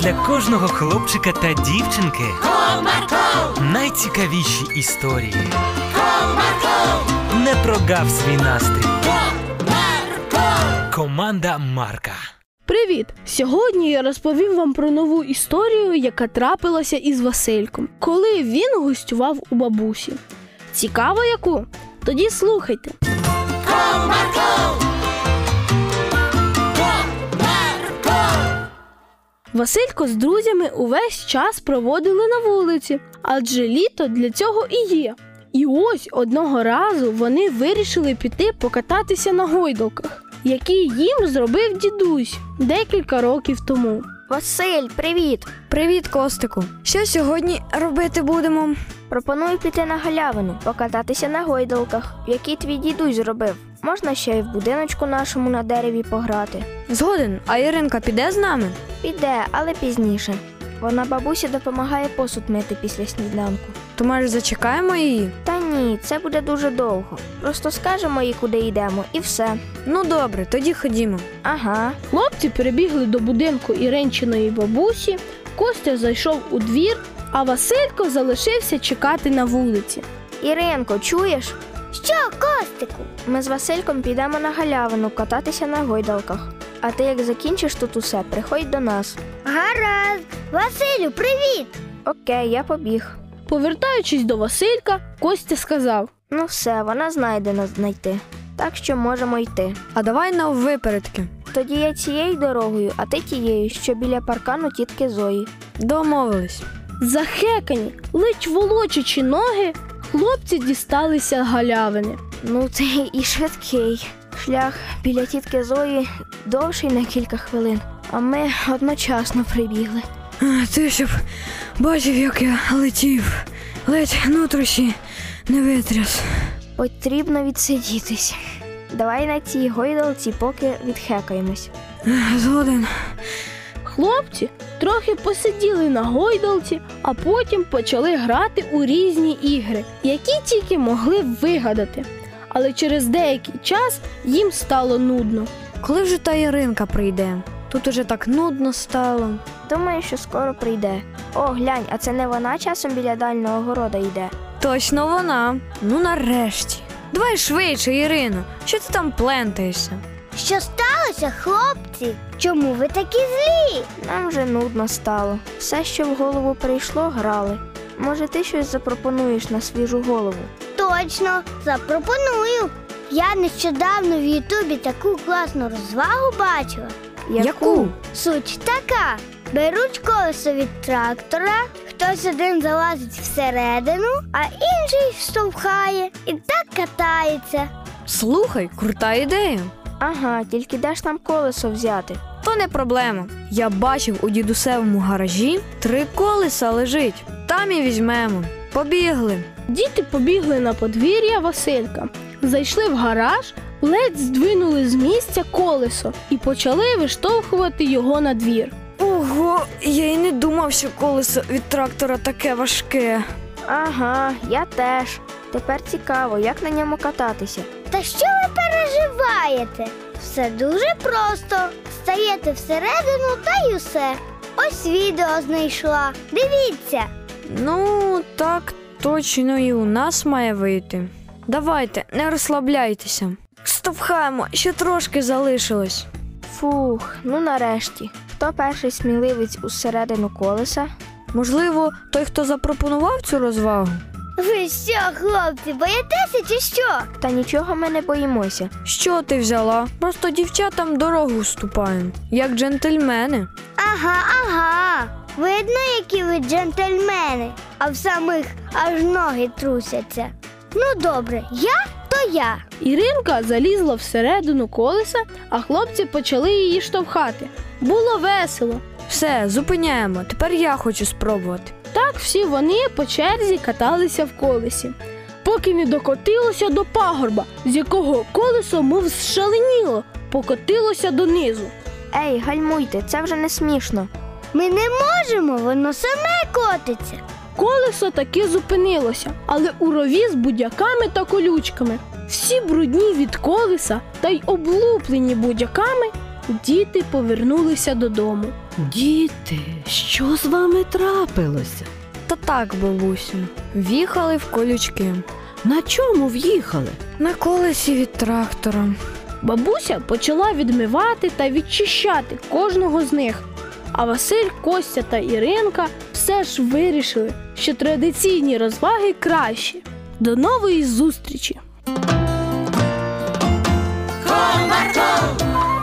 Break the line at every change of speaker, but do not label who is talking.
для кожного хлопчика та дівчинки
Comarco,
найцікавіші історії.
comarco,
Не прогав свій настрій.
comarco.
Команда Марка.
Привіт! Сьогодні я розповім вам про нову історію, яка трапилася із Васильком, коли він гостював у бабусі. Цікаво яку? Тоді слухайте. Василько з друзями увесь час проводили на вулиці, адже літо для цього і є. І ось одного разу вони вирішили піти покататися на гойдалках, які їм зробив дідусь декілька років тому.
Василь, привіт!
Привіт, Костику. Що сьогодні робити будемо?
Пропоную піти на галявину, покататися на гойдалках, які твій дідусь зробив. Можна ще й в будиночку нашому на дереві пограти.
Згоден, а Іринка піде з нами?
Піде, але пізніше. Вона бабусі допомагає посуд мити після сніданку.
То може зачекаємо її?
Та ні, це буде дуже довго. Просто скажемо їй, куди йдемо, і все.
Ну добре, тоді ходімо.
Ага.
Хлопці перебігли до будинку Іринчиної бабусі, Костя зайшов у двір, а Василько залишився чекати на вулиці.
Іринко, чуєш? Що, Костику? Ми з Васильком підемо на галявину кататися на гойдалках. А ти як закінчиш тут усе, приходь до нас. Гаразд. Василю, привіт. Окей, я побіг.
Повертаючись до Василька, Костя сказав:
Ну все, вона знайде нас знайти. Так що можемо йти.
А давай на випередки.
Тоді я цією дорогою, а ти тією, що біля паркану тітки Зої.
Домовились.
захекані, ледь волочачи ноги, хлопці дісталися галявини.
Ну, це і швидкий. Шлях біля тітки Зої довший на кілька хвилин, а ми одночасно прибігли.
А, Ти щоб бачив, як я летів. Ледь нутрощі не витряс.
Потрібно відсидітись. Давай на цій гойдалці поки відхекаємось.
Е, Згоден.
Хлопці трохи посиділи на гойдалці, а потім почали грати у різні ігри, які тільки могли вигадати. Але через деякий час їм стало нудно.
Коли вже та Іринка прийде? Тут уже так нудно стало.
Думаю, що скоро прийде. О, глянь, а це не вона часом біля дальнього города йде.
Точно вона. Ну нарешті. Давай швидше, Ірино. Що ти там плентаєшся?
Що сталося, хлопці? Чому ви такі злі?
Нам вже нудно стало. Все, що в голову прийшло, грали. Може, ти щось запропонуєш на свіжу голову?
Точно, запропоную. Я нещодавно в Ютубі таку класну розвагу бачила. Суть така: беруть колесо від трактора, хтось один залазить всередину, а інший штовхає і так катається.
Слухай, крута ідея.
Ага, тільки де ж там колесо взяти?
То не проблема. Я бачив у дідусевому гаражі три колеса лежить. Там і візьмемо. Побігли.
Діти побігли на подвір'я Василька, зайшли в гараж, ледь здвинули з місця колесо і почали виштовхувати його на двір.
Ого, я й не думав, що колесо від трактора таке важке.
Ага, я теж. Тепер цікаво, як на ньому кататися.
Та що ви переживаєте? Все дуже просто. Стаєте всередину та й усе. Ось відео знайшла. Дивіться.
Ну, так точно і у нас має вийти. Давайте, не розслабляйтеся. Штовхаємо, ще трошки залишилось.
Фух, ну нарешті. Хто перший сміливець усередину колеса?
Можливо, той, хто запропонував цю розвагу?
Ви що, хлопці, боїтеся чи що?
Та нічого ми не боїмося.
Що ти взяла? Просто дівчатам дорогу ступаємо, як джентльмени.
Ага, ага. Видно, які ви джентльмени, а в самих аж ноги трусяться. Ну добре, я то я.
Іринка залізла всередину колеса, а хлопці почали її штовхати. Було весело.
Все, зупиняємо. Тепер я хочу спробувати.
Так всі вони по черзі каталися в колесі, поки не докотилося до пагорба, з якого колесо мов зшаленіло, покотилося донизу.
Ей, гальмуйте, це вже не смішно.
Ми не можемо, воно саме котиться.
Колесо таки зупинилося, але у рові з будяками та колючками. Всі брудні від колеса та й облуплені будяками, Діти повернулися додому.
Діти, що з вами трапилося?
Та так, бабусю. В'їхали в колючки.
На чому в'їхали?
На колесі від трактора.
Бабуся почала відмивати та відчищати кожного з них. А Василь, Костя та Іринка все ж вирішили, що традиційні розваги кращі. До нової зустрічі!
con Marco,